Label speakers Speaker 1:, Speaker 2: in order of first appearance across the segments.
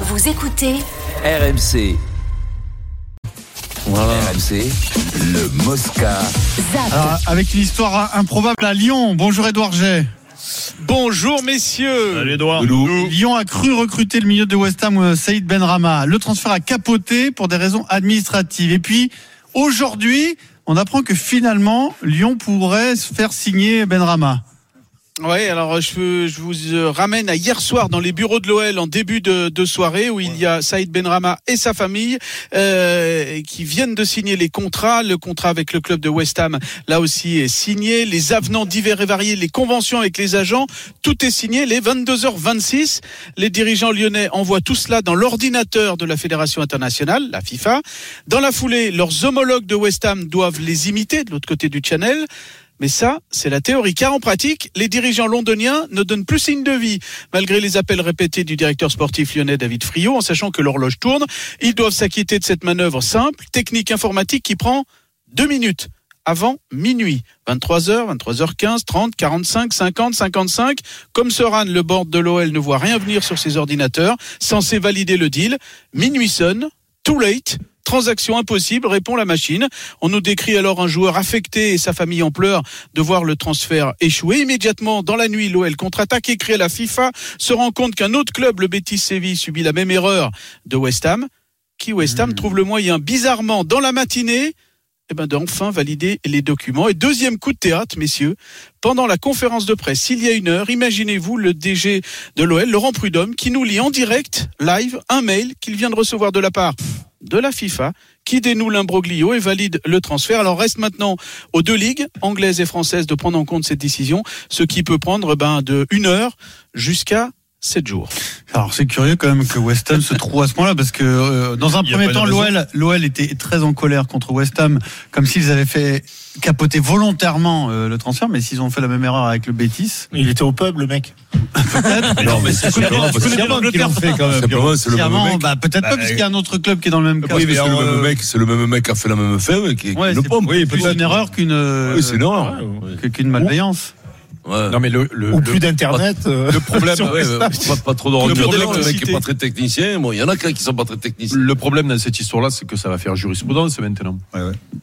Speaker 1: Vous écoutez
Speaker 2: RMC. RMC, le Mosca.
Speaker 1: ZAP.
Speaker 3: Alors, Euh, avec une histoire improbable à Lyon. Bonjour Edouard Jay.
Speaker 4: Bonjour messieurs.
Speaker 5: Salut Edouard.
Speaker 3: Lyon a cru recruter le milieu de West Ham euh, Saïd Benrama. Le transfert a capoté pour des raisons administratives. Et puis aujourd'hui, on apprend que finalement Lyon pourrait se faire signer Ben Benrama.
Speaker 4: Ouais, alors je, veux- je vous euh, ramène à hier soir dans les bureaux de l'OL en début de, de soirée où il y a Saïd Benrama et sa famille euh, qui viennent de signer les contrats. Le contrat avec le club de West Ham, là aussi, est signé. Les avenants divers et variés, les conventions avec les agents, tout est signé. Les 22h26, les dirigeants lyonnais envoient tout cela dans l'ordinateur de la Fédération internationale, la FIFA. Dans la foulée, leurs homologues de West Ham doivent les imiter de l'autre côté du Channel. Mais ça, c'est la théorie. Car en pratique, les dirigeants londoniens ne donnent plus signe de vie, malgré les appels répétés du directeur sportif lyonnais David Friot, en sachant que l'horloge tourne. Ils doivent s'acquitter de cette manœuvre simple, technique informatique qui prend deux minutes avant minuit. 23h, 23h15, 30, 45, 50, 55. Comme Soran, le board de l'OL ne voit rien venir sur ses ordinateurs, censé valider le deal. Minuit sonne, too late. Transaction impossible, répond la machine. On nous décrit alors un joueur affecté et sa famille en pleurs de voir le transfert échouer. Immédiatement, dans la nuit, l'OL contre-attaque et crée la FIFA, se rend compte qu'un autre club, le Betis Séville, subit la même erreur de West Ham, qui West Ham trouve le moyen, bizarrement, dans la matinée, eh ben, d'enfin valider les documents. Et deuxième coup de théâtre, messieurs, pendant la conférence de presse, il y a une heure, imaginez-vous le DG de l'OL, Laurent Prudhomme, qui nous lit en direct, live, un mail qu'il vient de recevoir de la part de la FIFA, qui dénoue l'imbroglio et valide le transfert. Alors reste maintenant aux deux ligues, anglaises et françaises, de prendre en compte cette décision, ce qui peut prendre eh ben, de une heure jusqu'à sept jours.
Speaker 3: Alors c'est curieux quand même que West Ham se trouve à ce moment-là parce que euh, dans un
Speaker 5: Il y a
Speaker 3: premier
Speaker 5: pas
Speaker 3: temps
Speaker 5: de raison.
Speaker 3: l'OL l'OL était très en colère contre West Ham comme s'ils avaient fait capoter volontairement euh, le transfert mais s'ils ont fait la même erreur avec le Betis
Speaker 6: Il était au pub, le mec.
Speaker 5: Non, mais c'est
Speaker 3: Parce que
Speaker 5: parce
Speaker 3: les
Speaker 5: que-
Speaker 3: Irlandais l'ont fait quand même.
Speaker 5: Simplement, c'est le même
Speaker 3: Clairement,
Speaker 5: mec.
Speaker 3: bah, peut-être pas
Speaker 5: Bah,
Speaker 3: parce qu'il y a un autre club qui est dans le même cas.
Speaker 5: Oui, mais c'est le
Speaker 3: Alors,
Speaker 5: même
Speaker 3: euh,
Speaker 5: mec, c'est le même mec qui a fait la même affaire et qui, qui
Speaker 3: Ouais,
Speaker 5: le
Speaker 3: c'est
Speaker 5: pompe.
Speaker 3: plus une erreur qu'une euh,
Speaker 5: Oui, c'est une erreur.
Speaker 3: que- qu'une malveillance.
Speaker 5: Ouais.
Speaker 7: Non mais le, le,
Speaker 6: Ou
Speaker 7: le-
Speaker 6: plus d'Internet. euh,
Speaker 7: le problème,
Speaker 6: sur
Speaker 5: Ouais,
Speaker 6: West
Speaker 5: ouais,
Speaker 6: Ham.
Speaker 5: pas, pas trop d'ordinateur, le mec
Speaker 4: d'électricité.
Speaker 5: est pas très technicien. Bon, il y en a qui qui sont pas très techniciens.
Speaker 7: le problème dans cette histoire-là, c'est que ça va faire jurisprudence maintenant.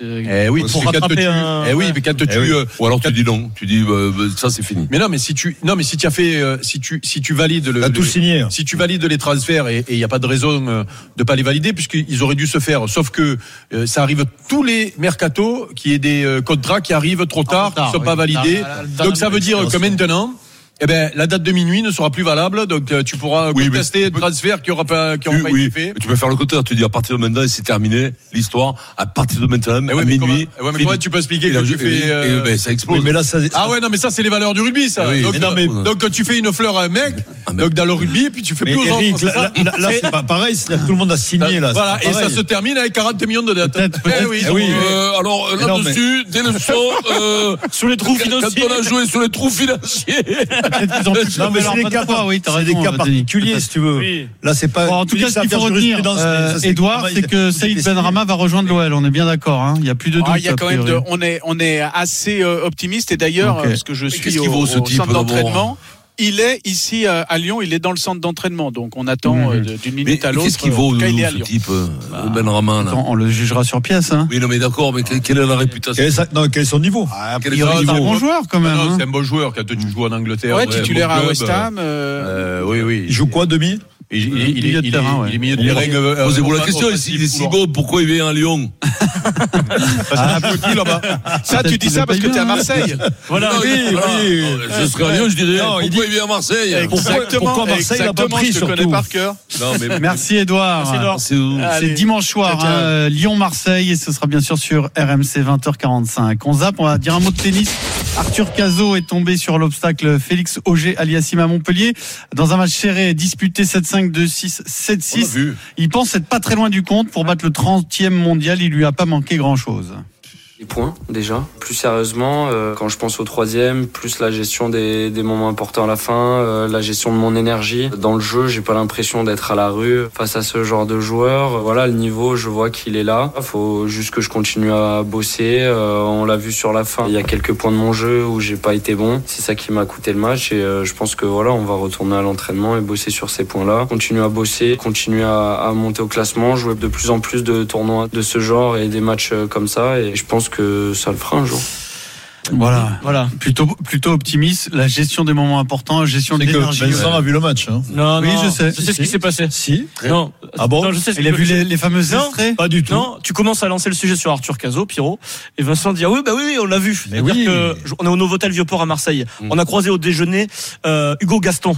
Speaker 7: Eh oui,
Speaker 5: Pour
Speaker 7: parce que quand
Speaker 6: rattraper
Speaker 7: tu-
Speaker 6: un-
Speaker 7: eh oui, mais quand
Speaker 5: Eh
Speaker 7: tu,
Speaker 5: oui.
Speaker 7: euh,
Speaker 5: Ou alors tu dis non, tu dis euh, bah, ça c'est fini.
Speaker 7: mais non, mais si tu, non, mais si tu as fait, euh, si tu, si tu valides le,
Speaker 6: Il a tout
Speaker 7: le-
Speaker 6: signé.
Speaker 7: si tu valides les transferts et il n'y a pas de raison euh, de pas les valider puisqu'ils auraient dû se faire. Sauf que euh, ça arrive tous les mercatos qui est des euh, contrats qui arrivent Ah, trop tard, qui ne sont pas validés. Donc ça veut dire que maintenant. Eh ben, la date de minuit ne sera plus valable, donc euh, tu pourras
Speaker 5: Oui, mais
Speaker 7: contester
Speaker 5: tu
Speaker 7: le
Speaker 5: peux-
Speaker 7: transfert qui aura pas, qui aura
Speaker 5: Tu,
Speaker 7: pas
Speaker 5: oui,
Speaker 7: été fait.
Speaker 5: tu peux faire le contraire. Tu dis à partir de maintenant, c'est terminé l'histoire. À partir de maintenant,
Speaker 7: Eh
Speaker 5: à
Speaker 7: ouais, mais
Speaker 5: minuit.
Speaker 7: comment- ouais, mais
Speaker 5: fini.
Speaker 7: comment tu peux expliquer
Speaker 5: Et
Speaker 7: que
Speaker 5: là,
Speaker 7: tu
Speaker 5: et-
Speaker 7: fais,
Speaker 5: et-
Speaker 7: euh,
Speaker 5: et ben, ça explose.
Speaker 6: Oui, mais là, ça.
Speaker 7: Ah ouais, non, mais ça, c'est les valeurs du rugby, ça.
Speaker 5: Ah oui,
Speaker 7: donc,
Speaker 5: mais non,
Speaker 7: euh,
Speaker 5: mais-
Speaker 7: donc, quand tu fais une fleur à un mec,
Speaker 5: Ah, mais-
Speaker 7: donc dans le rugby, puis tu fais
Speaker 6: Mais
Speaker 7: plus aux
Speaker 6: Eric,
Speaker 7: enfants, c'est
Speaker 6: là,
Speaker 7: ça
Speaker 6: là, là, c'est pas pareil. c'est-à-dire que Tout le monde a signé, là. c'est
Speaker 7: Voilà,
Speaker 6: pas
Speaker 7: et ça
Speaker 6: pareil.
Speaker 7: se termine avec 40 millions de dettes.
Speaker 3: Peut-être, peut-être.
Speaker 7: Eh oui,
Speaker 6: Eh oui.
Speaker 5: Euh, alors euh,
Speaker 6: Mais non,
Speaker 5: là-dessus, des leçons. Euh, sur les trous financiers. Quand on a joué sur les trous financiers.
Speaker 3: Peut-être qu'ils ont tous
Speaker 6: Non, mais
Speaker 3: trouvé
Speaker 6: c'est des
Speaker 3: leur
Speaker 6: cas,
Speaker 3: bonne foi, oui, t'as
Speaker 6: c'est des
Speaker 3: raison,
Speaker 6: cas
Speaker 3: Denis.
Speaker 6: particuliers, si tu veux. Là, c'est pas.
Speaker 3: Bon, en
Speaker 6: tu
Speaker 3: tout
Speaker 6: dis
Speaker 3: cas,
Speaker 6: que
Speaker 3: ce
Speaker 6: ça
Speaker 3: qu'il
Speaker 6: va
Speaker 3: faut
Speaker 6: faire
Speaker 3: retenir,
Speaker 6: jurisprudence, mais
Speaker 3: euh,
Speaker 6: ça, c'est-
Speaker 3: Edouard,
Speaker 6: ah,
Speaker 3: c'est
Speaker 6: il-
Speaker 3: que
Speaker 6: il-
Speaker 3: Saïd
Speaker 6: il-
Speaker 3: Benrama va rejoindre l'OL. On est bien d'accord. hein. Il n'y a plus de doute.
Speaker 4: Ah, il y a quand même de,
Speaker 3: priori.
Speaker 4: on est on est assez euh, optimiste et d'ailleurs
Speaker 3: Ok.
Speaker 4: euh, parce que je
Speaker 5: Mais qu'est-ce
Speaker 4: suis
Speaker 5: qu'il
Speaker 4: au,
Speaker 5: vaut, ce
Speaker 4: au
Speaker 5: type,
Speaker 4: centre
Speaker 5: d'abord
Speaker 4: d'entraînement. Il est ici euh, à Lyon, il est dans le centre d'entraînement, donc on attend euh, de- d'une
Speaker 5: Mhm. Mais
Speaker 4: minute à l'autre.
Speaker 5: qu'est-ce qu'il
Speaker 4: euh,
Speaker 5: vaut
Speaker 4: quand il est à
Speaker 5: ce
Speaker 4: Lyon.
Speaker 5: type euh,
Speaker 7: Bah,
Speaker 5: Ben Raman là
Speaker 3: Attends, on le jugera sur pièce. Hein.
Speaker 5: Oui, non, mais d'accord, mais que- quelle est la réputation
Speaker 6: Quel est sa- non, quel est son niveau
Speaker 5: Quel est
Speaker 3: Il
Speaker 5: son
Speaker 3: reste un
Speaker 5: niveau
Speaker 3: bon joueur quand même.
Speaker 7: Non,
Speaker 3: hein.
Speaker 7: c'est un bon joueur quand tu joues en Angleterre.
Speaker 4: Ouais,
Speaker 7: dans un
Speaker 4: titulaire
Speaker 7: bon
Speaker 4: à
Speaker 7: club.
Speaker 4: West Ham. euh,
Speaker 7: Euh, oui, oui.
Speaker 6: Il joue quoi, demi
Speaker 7: Il, il- il- il-
Speaker 3: Milieu de
Speaker 7: il-
Speaker 3: terrain, ouais.
Speaker 7: il est milieu de
Speaker 5: Il
Speaker 7: terrain.
Speaker 5: règle-
Speaker 7: Euh,
Speaker 5: Posez-vous la
Speaker 7: offensif,
Speaker 5: question, s'il est si
Speaker 7: couloir.
Speaker 5: beau, pourquoi il vient à Lyon
Speaker 7: Ah, il joue plus là-bas.
Speaker 5: euh,
Speaker 4: Ça, tu dis
Speaker 3: qu'ils
Speaker 4: ça
Speaker 3: le
Speaker 4: parce que
Speaker 3: payent
Speaker 4: t'es à
Speaker 3: bien, hein.
Speaker 4: Marseille.
Speaker 6: Voilà,
Speaker 5: Non,
Speaker 6: oui,
Speaker 5: Ah voilà.
Speaker 6: oui.
Speaker 5: Euh, Je serais à Lyon, je dirais,
Speaker 6: Non, il
Speaker 5: pourquoi il vient à Marseille
Speaker 6: pourquoi Marseille l'a pas
Speaker 4: exactement,
Speaker 6: pris,
Speaker 4: je te connais
Speaker 6: surtout
Speaker 4: par cœur.
Speaker 5: Non, mais
Speaker 3: Merci Edouard.
Speaker 5: c'est où
Speaker 3: C'est
Speaker 4: Allez.
Speaker 3: dimanche soir,
Speaker 4: Ciao, ciao.
Speaker 3: hein, Lyon-Marseille, et ce sera bien sûr sur RMC 20h45. On zappe, on va dire un mot de tennis. Arthur Cazot est tombé sur l'obstacle Félix Auger aliassime à Montpellier dans un match serré disputé 7-5, 2-6,
Speaker 5: On l'a
Speaker 3: 7-6.
Speaker 5: vu.
Speaker 3: Il pense être pas très loin du compte pour battre le 30e mondial. Il lui a pas manqué grand chose.
Speaker 1: Des points déjà. Plus sérieusement, euh, quand je pense au troisième, plus la gestion des, des moments importants à la fin, euh, la gestion de mon énergie dans le jeu, j'ai pas l'impression d'être à la rue face à ce genre de joueur. Voilà, le niveau, je vois qu'il est là. Faut juste que je continue à bosser. Euh, on l'a vu sur la fin. Il y a quelques points de mon jeu où j'ai pas été bon. C'est ça qui m'a coûté le match et euh, je pense que voilà, on va retourner à l'entraînement et bosser sur ces points-là. Continuer à bosser, continuer à, à monter au classement, jouer de plus en plus de tournois de ce genre et des matchs euh, comme ça et je pense que ça le fera un jour.
Speaker 3: Voilà.
Speaker 8: Voilà.
Speaker 3: Plutôt, plutôt optimiste. La gestion des moments importants, gestion de
Speaker 6: C'est que
Speaker 3: l'énergie.
Speaker 6: Vincent a vu le match. hein.
Speaker 8: Non,
Speaker 3: Oui,
Speaker 8: non,
Speaker 3: je sais.
Speaker 8: Je sais ce qui
Speaker 3: Si.
Speaker 8: s'est passé.
Speaker 6: Si.
Speaker 8: Non.
Speaker 6: Ah bon
Speaker 8: Euh, Non, je sais ce
Speaker 3: Il a
Speaker 8: que-
Speaker 3: vu les, les fameux
Speaker 8: Non.
Speaker 3: extraits.
Speaker 6: Pas du tout.
Speaker 8: Non, tu commences à lancer le sujet sur Arthur Cazot, Pierrot, et Vincent dit ah oui bah oui, oui, on l'a vu.
Speaker 6: Mais
Speaker 8: C'est-à-dire
Speaker 6: oui. Mm.
Speaker 8: que je- on est au Novotel Vieux-Port à Marseille. On a croisé au déjeuner euh, Hugo Gaston.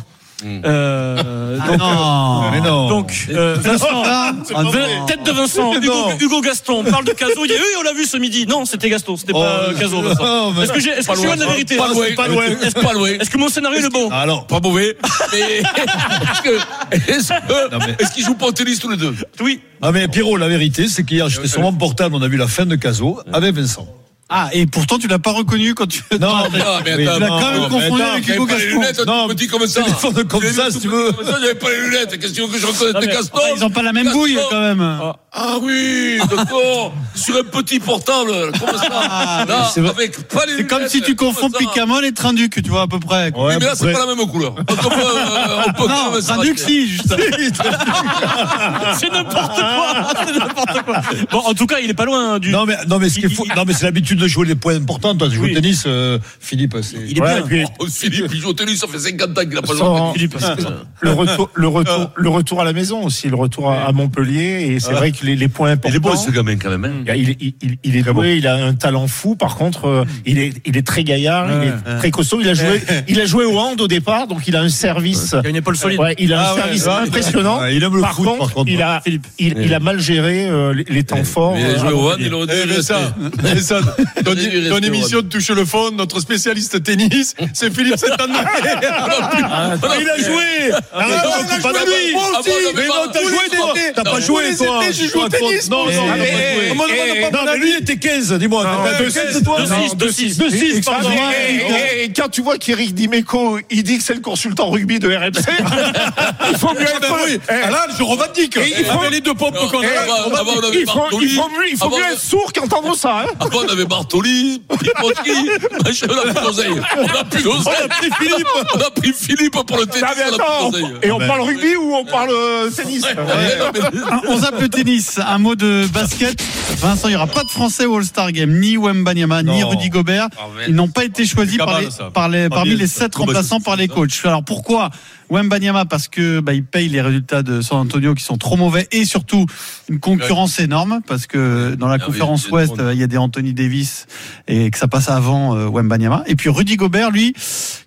Speaker 8: Euh,
Speaker 3: Ah
Speaker 8: donc,
Speaker 3: non.
Speaker 6: Mais non.
Speaker 8: donc, euh, Vincent,
Speaker 3: Ah non.
Speaker 8: Vin- tête de Vincent,
Speaker 6: Mais
Speaker 8: Hugo,
Speaker 6: non.
Speaker 8: Hugo Gaston, on parle de Cazot, il dit oui on l'a vu ce midi. Non, c'était Gaston, c'était pas euh, Cazot. Vincent.
Speaker 6: Non, mais-
Speaker 8: Est-ce que, j'ai- est-ce que je suis hein, loin de la vérité
Speaker 6: Oh. Pas loin, pas loin.
Speaker 8: Est-ce
Speaker 5: Pas loin.
Speaker 8: est-ce que mon scénario est le bon
Speaker 6: Alors,
Speaker 5: Pas mauvais. Mais est-ce que- est-ce
Speaker 6: Non, mais-
Speaker 5: que- est-ce qu'ils jouent pas au tennis tous les deux
Speaker 8: Oui.
Speaker 6: ah mais Pierrot, la vérité, c'est qu'hier, j'étais sur mon portable, on a vu la fin de Caso avec Vincent.
Speaker 3: Ah, et pourtant, tu l'as pas reconnu quand tu.
Speaker 6: Non, mais
Speaker 5: Non, mais
Speaker 6: Oui.
Speaker 5: attends,
Speaker 6: Il a quand
Speaker 3: même
Speaker 5: non,
Speaker 3: confondu
Speaker 5: mais attends,
Speaker 3: avec
Speaker 5: j'avais
Speaker 3: Hugo
Speaker 5: pas les
Speaker 3: Gaston.
Speaker 5: lunettes,
Speaker 6: Non,
Speaker 5: tu me dis comme ça.
Speaker 6: téléphone comme
Speaker 5: J'avais
Speaker 6: ça,
Speaker 5: mis
Speaker 6: si
Speaker 5: tout
Speaker 6: tu
Speaker 5: petit
Speaker 6: veux.
Speaker 5: comme ça, J'avais pas les lunettes. Qu'est-ce que tu veux que je reconnaisse
Speaker 8: Non, mais-
Speaker 5: Gaston
Speaker 3: Ils ont pas la même
Speaker 5: Gaston.
Speaker 3: bouille quand même.
Speaker 5: Ah oui, d'accord. Sur un petit portable, comme ça. Non,
Speaker 6: c'est vrai.
Speaker 5: avec pas les
Speaker 3: C'est
Speaker 5: lunettes.
Speaker 3: comme si tu
Speaker 5: comme
Speaker 3: confonds
Speaker 5: ça.
Speaker 3: Picamol et Trinduc, tu vois à peu près.
Speaker 5: Oui,
Speaker 6: Ouais,
Speaker 5: mais là, c'est
Speaker 6: après-
Speaker 5: pas la même couleur. On peut, euh, on peut quand
Speaker 3: Non,
Speaker 5: même se
Speaker 3: Trinduc
Speaker 5: racheter.
Speaker 3: si, juste.
Speaker 8: C'est n'importe quoi. C'est n'importe quoi. Bon, en tout cas, il est pas loin hein, du.
Speaker 6: Non mais non mais ce qu'il
Speaker 8: Il-
Speaker 6: faut
Speaker 8: il-
Speaker 6: non mais c'est l'habitude de jouer les points importants toi tu joues
Speaker 8: Oui.
Speaker 6: au tennis euh, Philippe c'est
Speaker 8: Il est
Speaker 6: Ouais,
Speaker 8: bien.
Speaker 6: et puis,
Speaker 5: Oh, Philippe, il joue au tennis, ça fait 50 ans qu'il a pas joué.
Speaker 9: Sans-
Speaker 8: Philippe.
Speaker 9: le retour, le retour, le retour à la maison aussi, le retour à, à Montpellier. Et c'est vrai que les, les points importants.
Speaker 5: gamin quand
Speaker 7: hein.
Speaker 5: même.
Speaker 9: Il, il, il- il est doué, il a un talent fou. Par contre, euh, il est, il est très gaillard, il est très costaud. Il a joué, il a joué au hand au départ, donc il a un service.
Speaker 8: Il y a une épaule solide.
Speaker 9: Ouais, il a
Speaker 6: Ah
Speaker 9: un
Speaker 6: ouais,
Speaker 9: service
Speaker 6: ouais.
Speaker 9: impressionnant.
Speaker 6: Ouais, il aime le
Speaker 9: par,
Speaker 6: foot,
Speaker 9: contre,
Speaker 6: par contre.
Speaker 9: il a, il, il a mal géré euh, les, les temps forts.
Speaker 5: Il a
Speaker 9: euh,
Speaker 5: joué
Speaker 9: à
Speaker 5: au hand,
Speaker 9: Montpellier.
Speaker 5: il aurait dû
Speaker 7: Eh,
Speaker 5: le rester.
Speaker 7: Vincent, Vincent, ton,
Speaker 5: J'ai dû rester
Speaker 7: ton
Speaker 5: au
Speaker 7: émission de Toucher le fond, notre spécialiste tennis, c'est Philippe Saint-André.
Speaker 6: il a joué Arrête,
Speaker 7: Ah,
Speaker 6: on
Speaker 7: il a
Speaker 6: coupe pas
Speaker 7: joué,
Speaker 6: de lui.
Speaker 7: moi
Speaker 5: aussi.
Speaker 6: Ah bon, on a
Speaker 5: Mais
Speaker 6: pas-
Speaker 5: non, t'as
Speaker 6: Vous
Speaker 5: joué,
Speaker 6: les
Speaker 5: toi.
Speaker 6: étiez. T'as
Speaker 5: Non,
Speaker 6: pas
Speaker 5: vous
Speaker 6: joué
Speaker 7: les
Speaker 6: toi
Speaker 7: étiez, j'ai joué au
Speaker 6: Toi, toi,
Speaker 7: tennis,
Speaker 6: non,
Speaker 7: moi,
Speaker 6: non,
Speaker 7: aussi.
Speaker 6: non,
Speaker 7: Mais,
Speaker 6: non,
Speaker 7: eh,
Speaker 6: non,
Speaker 7: eh,
Speaker 6: non,
Speaker 7: eh,
Speaker 6: non, mais lui il était 15 dis-moi
Speaker 9: Non,
Speaker 3: Ah,
Speaker 6: t'as
Speaker 9: deux,
Speaker 6: 15
Speaker 9: six,
Speaker 6: toi
Speaker 9: deux,
Speaker 6: non.
Speaker 9: six,
Speaker 8: 2-6.
Speaker 9: De six, pardon.
Speaker 6: Excuse-moi.
Speaker 3: eh,
Speaker 9: Et, et- et quand tu vois qu'Éric Dimeco, il dit que c'est le consultant rugby de RMC, il faut mieux
Speaker 7: Ah, ben
Speaker 9: être.
Speaker 7: oui.
Speaker 9: Eh,
Speaker 7: Ah, Là, je revendique.
Speaker 9: Et il faut-
Speaker 7: Avec les deux pompes qu'on
Speaker 9: eh,
Speaker 7: a.
Speaker 5: avant- avant, Ah bah, on avait
Speaker 9: il faut, il
Speaker 5: Bartoli.
Speaker 9: faut mieux- il faut
Speaker 5: Avant,
Speaker 9: mieux
Speaker 5: on-
Speaker 9: être sourd qu'entendre ça. Hein.
Speaker 5: Après, on avait Bartoli, Pipotki, machin, on a plus d'oseille. On a plus d'oseille. On a pris Philippe. On a pris Philippe pour le tennis,
Speaker 9: Ah, mais
Speaker 5: on a
Speaker 9: attends,
Speaker 5: plus d'oseille.
Speaker 9: on- et on parle rugby ou on parle euh, tennis
Speaker 5: Ouais, non, mais-
Speaker 3: Un- On zappe le tennis. Un mot de basket. Vincent, il n'y aura pas de Français au All-Star Game, ni Wemba Nyama, ni
Speaker 6: Non.
Speaker 3: Rudy Gobert. Ils n'ont pas été choisis par les,
Speaker 7: cabale, ça.
Speaker 3: par les-
Speaker 7: Pas
Speaker 3: parmi
Speaker 7: bien,
Speaker 3: les
Speaker 7: ça.
Speaker 3: sept
Speaker 7: Trop
Speaker 3: remplaçants par les coachs. Alors pourquoi Wemba Nyama Parce que bah, il paye les résultats de San Antonio qui sont trop mauvais et surtout une concurrence énorme parce que dans la
Speaker 5: oui,
Speaker 3: conférence
Speaker 5: il y a
Speaker 3: Ouest,
Speaker 5: trop de-
Speaker 3: euh, il y a des Anthony Davis et que ça passe avant euh, Wemba Nyama. Et puis Rudy Gobert, lui,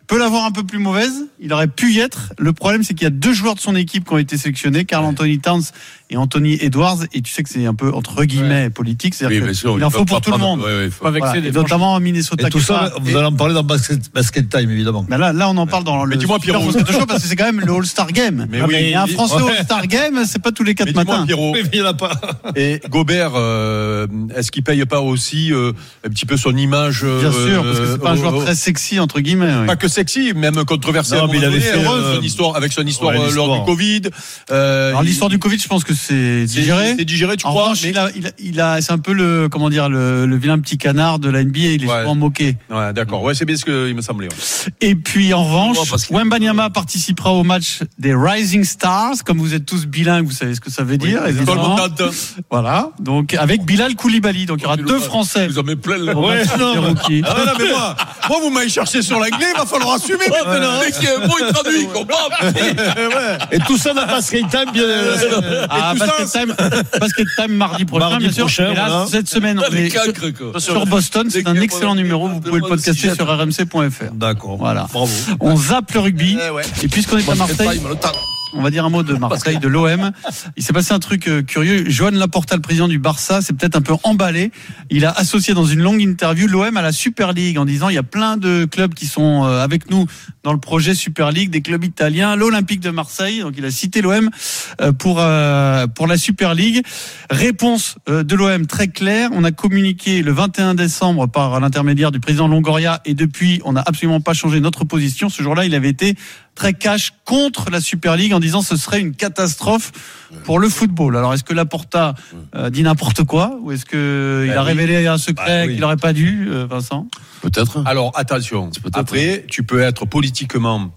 Speaker 3: peut l'avoir un peu plus mauvaise. Il aurait pu y être. Le problème, c'est qu'il y a deux joueurs de son équipe qui ont été sélectionnés, Carl Anthony Towns et Anthony Edwards. Et tu sais que c'est un peu entre guillemets politique,
Speaker 5: Oui,
Speaker 3: c'est-à-dire
Speaker 5: bien sûr,
Speaker 3: qu'il en
Speaker 5: peut
Speaker 3: faut
Speaker 5: pas
Speaker 3: pour tout le
Speaker 5: prendre-
Speaker 3: monde.
Speaker 5: ouais, ouais, il faut-
Speaker 8: Pas vexé
Speaker 3: Voilà.
Speaker 8: des
Speaker 3: Et notamment à Minnesota.
Speaker 6: Et tout
Speaker 3: qui
Speaker 6: ça
Speaker 3: sera-
Speaker 6: vous allez en parler dans basket, basket time évidemment
Speaker 3: Bah là, là, on en parle dans le.
Speaker 7: Mais dis-moi,
Speaker 3: Super
Speaker 7: Pierrot.
Speaker 3: Moscato Show, parce que c'est quand même le All-Star Game.
Speaker 7: Mais
Speaker 3: Ah,
Speaker 7: oui.
Speaker 3: un Français
Speaker 6: Ouais.
Speaker 3: All-Star Game, c'est pas tous les
Speaker 7: Mais
Speaker 3: quatre
Speaker 7: dis-moi,
Speaker 3: matins.
Speaker 7: Pierrot,
Speaker 6: Mais il y en a pas
Speaker 7: Et Gobert, euh, est-ce qu'il paye pas aussi euh, un petit peu son image euh,
Speaker 3: Bien sûr, parce que c'est pas un
Speaker 7: euh,
Speaker 3: joueur
Speaker 7: euh,
Speaker 3: très sexy entre guillemets. oui.
Speaker 7: pas que sexy, même controversé.
Speaker 6: Non,
Speaker 7: à un
Speaker 6: mais il
Speaker 7: moment
Speaker 6: avait
Speaker 7: donné,
Speaker 6: fait,
Speaker 7: euh,
Speaker 6: euh,
Speaker 7: son histoire avec son histoire,
Speaker 6: ouais,
Speaker 7: euh, lors
Speaker 6: l'histoire.
Speaker 7: du Covid. euh,
Speaker 3: Alors
Speaker 7: il-
Speaker 3: l'histoire du Covid, je pense que c'est
Speaker 7: c'est
Speaker 3: digéré.
Speaker 7: c'est digéré, tu
Speaker 3: en
Speaker 7: crois
Speaker 3: revanche,
Speaker 7: mais-
Speaker 3: il a, il a, il a- c'est un peu le, comment dire, le, le vilain petit canard de la NBA. Il est
Speaker 7: Ouais.
Speaker 3: souvent moqué.
Speaker 7: Ouais, d'accord. Ouais, c'est bien ce qu'il me semblait. ouais.
Speaker 3: Et puis en revanche,
Speaker 5: Ouais, parce que-
Speaker 3: Wembanyama participera au match des Rising Stars. Comme vous êtes tous bilingues, vous savez ce que ça veut dire.
Speaker 7: Tout le
Speaker 3: évidemment.
Speaker 7: monde tente.
Speaker 3: Voilà. Donc avec Bilal Koulibaly. Donc il y aura
Speaker 5: Il
Speaker 3: deux
Speaker 5: aura-
Speaker 3: Français.
Speaker 5: Ils en mettent plein le
Speaker 3: au match des rookies.
Speaker 7: Ah, non, mais moi, moi, vous m'avez cherché sur l'anglais, il va falloir assumer.
Speaker 5: Oh,
Speaker 7: maintenant.
Speaker 5: Dès qu'il y a un mot, il traduit, il comprend.
Speaker 6: Et tout ça dans basket time bien euh,
Speaker 3: Ah,
Speaker 7: tout
Speaker 3: basket time, basket time mardi prochain,
Speaker 6: Mardi
Speaker 3: bien sûr.
Speaker 6: prochain,
Speaker 3: et là,
Speaker 6: voilà.
Speaker 3: cette semaine, on
Speaker 5: Les
Speaker 3: est
Speaker 5: cancres, quoi.
Speaker 3: sur Boston. C'est
Speaker 5: Dès
Speaker 3: un
Speaker 5: qu'il y a
Speaker 3: excellent
Speaker 5: pas-
Speaker 3: numéro. Vous pouvez le podcaster sur rmc.fr.
Speaker 6: D'accord
Speaker 3: Voilà.
Speaker 6: bravo
Speaker 3: On zappe le rugby.
Speaker 7: Eh ouais.
Speaker 3: Et puisqu'on est à Marseille,
Speaker 5: Time, le temps.
Speaker 3: on va dire un mot de Marseille, de l'OM. Il s'est passé un truc euh, curieux. Johan Laporta, le président du Barça, s'est peut-être un peu emballé. Il a associé dans une longue interview l'OM à la Super League en disant il y a plein de clubs qui sont euh, avec nous dans le projet Super League, des clubs italiens, l'Olympique de Marseille. Donc il a cité l'OM euh, pour euh, pour la Super League. Réponse euh, de l'OM très claire. On a communiqué le 21 décembre par l'intermédiaire du président Longoria et depuis on n'a absolument pas changé notre position. Ce jour-là, il avait été très cash contre la Super League en disant ce serait une catastrophe pour le football. Alors est-ce que Laporta euh, dit n'importe quoi ou est-ce que il a révélé un secret
Speaker 7: Bah oui.
Speaker 3: qu'il n'aurait pas dû, euh, Vincent
Speaker 5: Peut-être.
Speaker 7: Alors attention, après tu peux être politiquement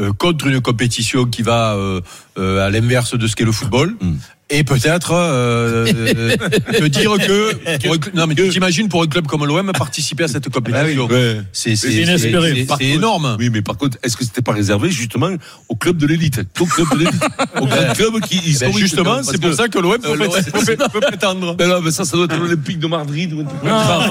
Speaker 7: euh, contre une compétition qui va euh, euh, à l'inverse de ce qu'est le football.
Speaker 5: Mm.
Speaker 7: Et peut-être euh, euh, te dire que pour un cl- non mais t'imagines pour un club comme l'OM participer à cette compétition,
Speaker 5: Ah Ouais.
Speaker 7: c'est c'est-
Speaker 9: C'est inespéré.
Speaker 7: c'est-
Speaker 5: Par
Speaker 7: c'est
Speaker 5: contre-
Speaker 7: énorme.
Speaker 5: Oui, mais par contre, est-ce que c'était pas réservé justement au club de l'élite, ton club de l'élite, au grand club qui
Speaker 7: Eh ben,
Speaker 5: historique,
Speaker 7: justement,
Speaker 5: parce
Speaker 7: c'est
Speaker 5: que-
Speaker 7: pour ça que l'OM peut,
Speaker 5: Euh, l'O M-
Speaker 7: peut- peut- peut prétendre.
Speaker 5: Ben non, mais ça, ça doit être l'Olympique de Madrid. ou un truc comme ça.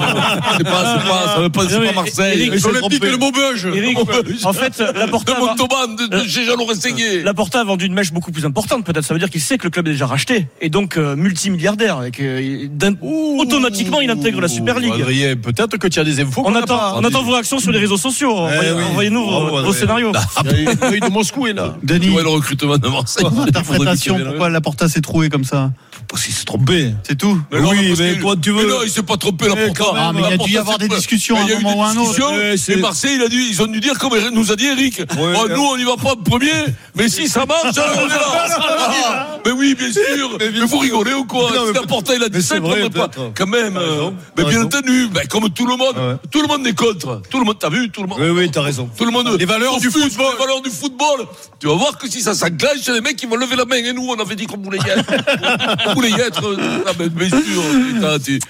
Speaker 5: C'est pas, c'est pas, ça veut pas, c'est pas Marseille.
Speaker 8: Eric,
Speaker 7: L'Olympique de Maubeuge.
Speaker 8: Eric, en fait, euh,
Speaker 5: De
Speaker 8: Laporta, va-
Speaker 5: Montauban, de, de chez Jean Rességuier.
Speaker 8: Laporta a vendu une mèche beaucoup plus importante, peut-être. Ça veut dire qu'il sait que le club est déjà racheté et donc euh, multimilliardaire. Et que, euh, d'un- automatiquement, il intègre la Super League.
Speaker 7: Adrien, peut-être que tu as des infos.
Speaker 8: On
Speaker 7: qu'on n'a
Speaker 8: attend,
Speaker 7: pas.
Speaker 8: on attend vos réactions sur les réseaux sociaux. Envoyez-
Speaker 7: bah, Eh oui.
Speaker 8: Envoyez-nous
Speaker 7: Bravo,
Speaker 8: vos, vos
Speaker 7: Adrien.
Speaker 8: scénarios.
Speaker 7: Ah, oui, de Moscou est là.
Speaker 5: Tu
Speaker 3: Denis,
Speaker 5: vois le recrutement de Marseille.
Speaker 3: interprétation pourquoi Laporta s'est troué comme ça
Speaker 6: Parce qu'il s'est trompé.
Speaker 3: C'est tout.
Speaker 5: Mais non, parce
Speaker 6: mais
Speaker 5: que-
Speaker 6: toi, tu
Speaker 5: Mais
Speaker 6: veux-
Speaker 5: non, il s'est pas trompé, la
Speaker 6: quand
Speaker 5: porta.
Speaker 3: Ah, mais il y a dû y avoir des discussions à un moment ou à un autre. Euh,
Speaker 6: Ouais, c'est-
Speaker 5: Et Marseille, il a dû, ils ont dû dire, comme nous a dit Eric, oh, nous, on n'y va pas en premier, mais si ça marche, alors on est là. Ah, mais oui, bien sûr. Mais, vous rigolez ou quoi
Speaker 6: Non, mais
Speaker 5: Si la porta, il a
Speaker 6: mais
Speaker 5: dit ça,
Speaker 6: c'est
Speaker 5: il prendrait
Speaker 6: vrai,
Speaker 5: pas.
Speaker 6: peut-être.
Speaker 5: Quand même.
Speaker 6: T'as
Speaker 5: euh,
Speaker 6: raison,
Speaker 5: mais
Speaker 6: t'as
Speaker 5: bien
Speaker 6: raison.
Speaker 5: entendu, ben, comme tout le monde,
Speaker 6: Ouais.
Speaker 5: tout le monde est contre. Tout le monde, t'as vu, tout le monde.
Speaker 6: Oui, oui, t'as raison.
Speaker 5: Tout le monde.
Speaker 7: Les valeurs
Speaker 5: Sauf
Speaker 7: du
Speaker 5: plus,
Speaker 7: football.
Speaker 5: Les valeurs du football. Tu vas voir que si ça s'engage, les mecs, ils vont lever la main. Et nous, on avait dit qu'on voulait y être. on voulait y être. Ah, ben, bien sûr. putain, tu-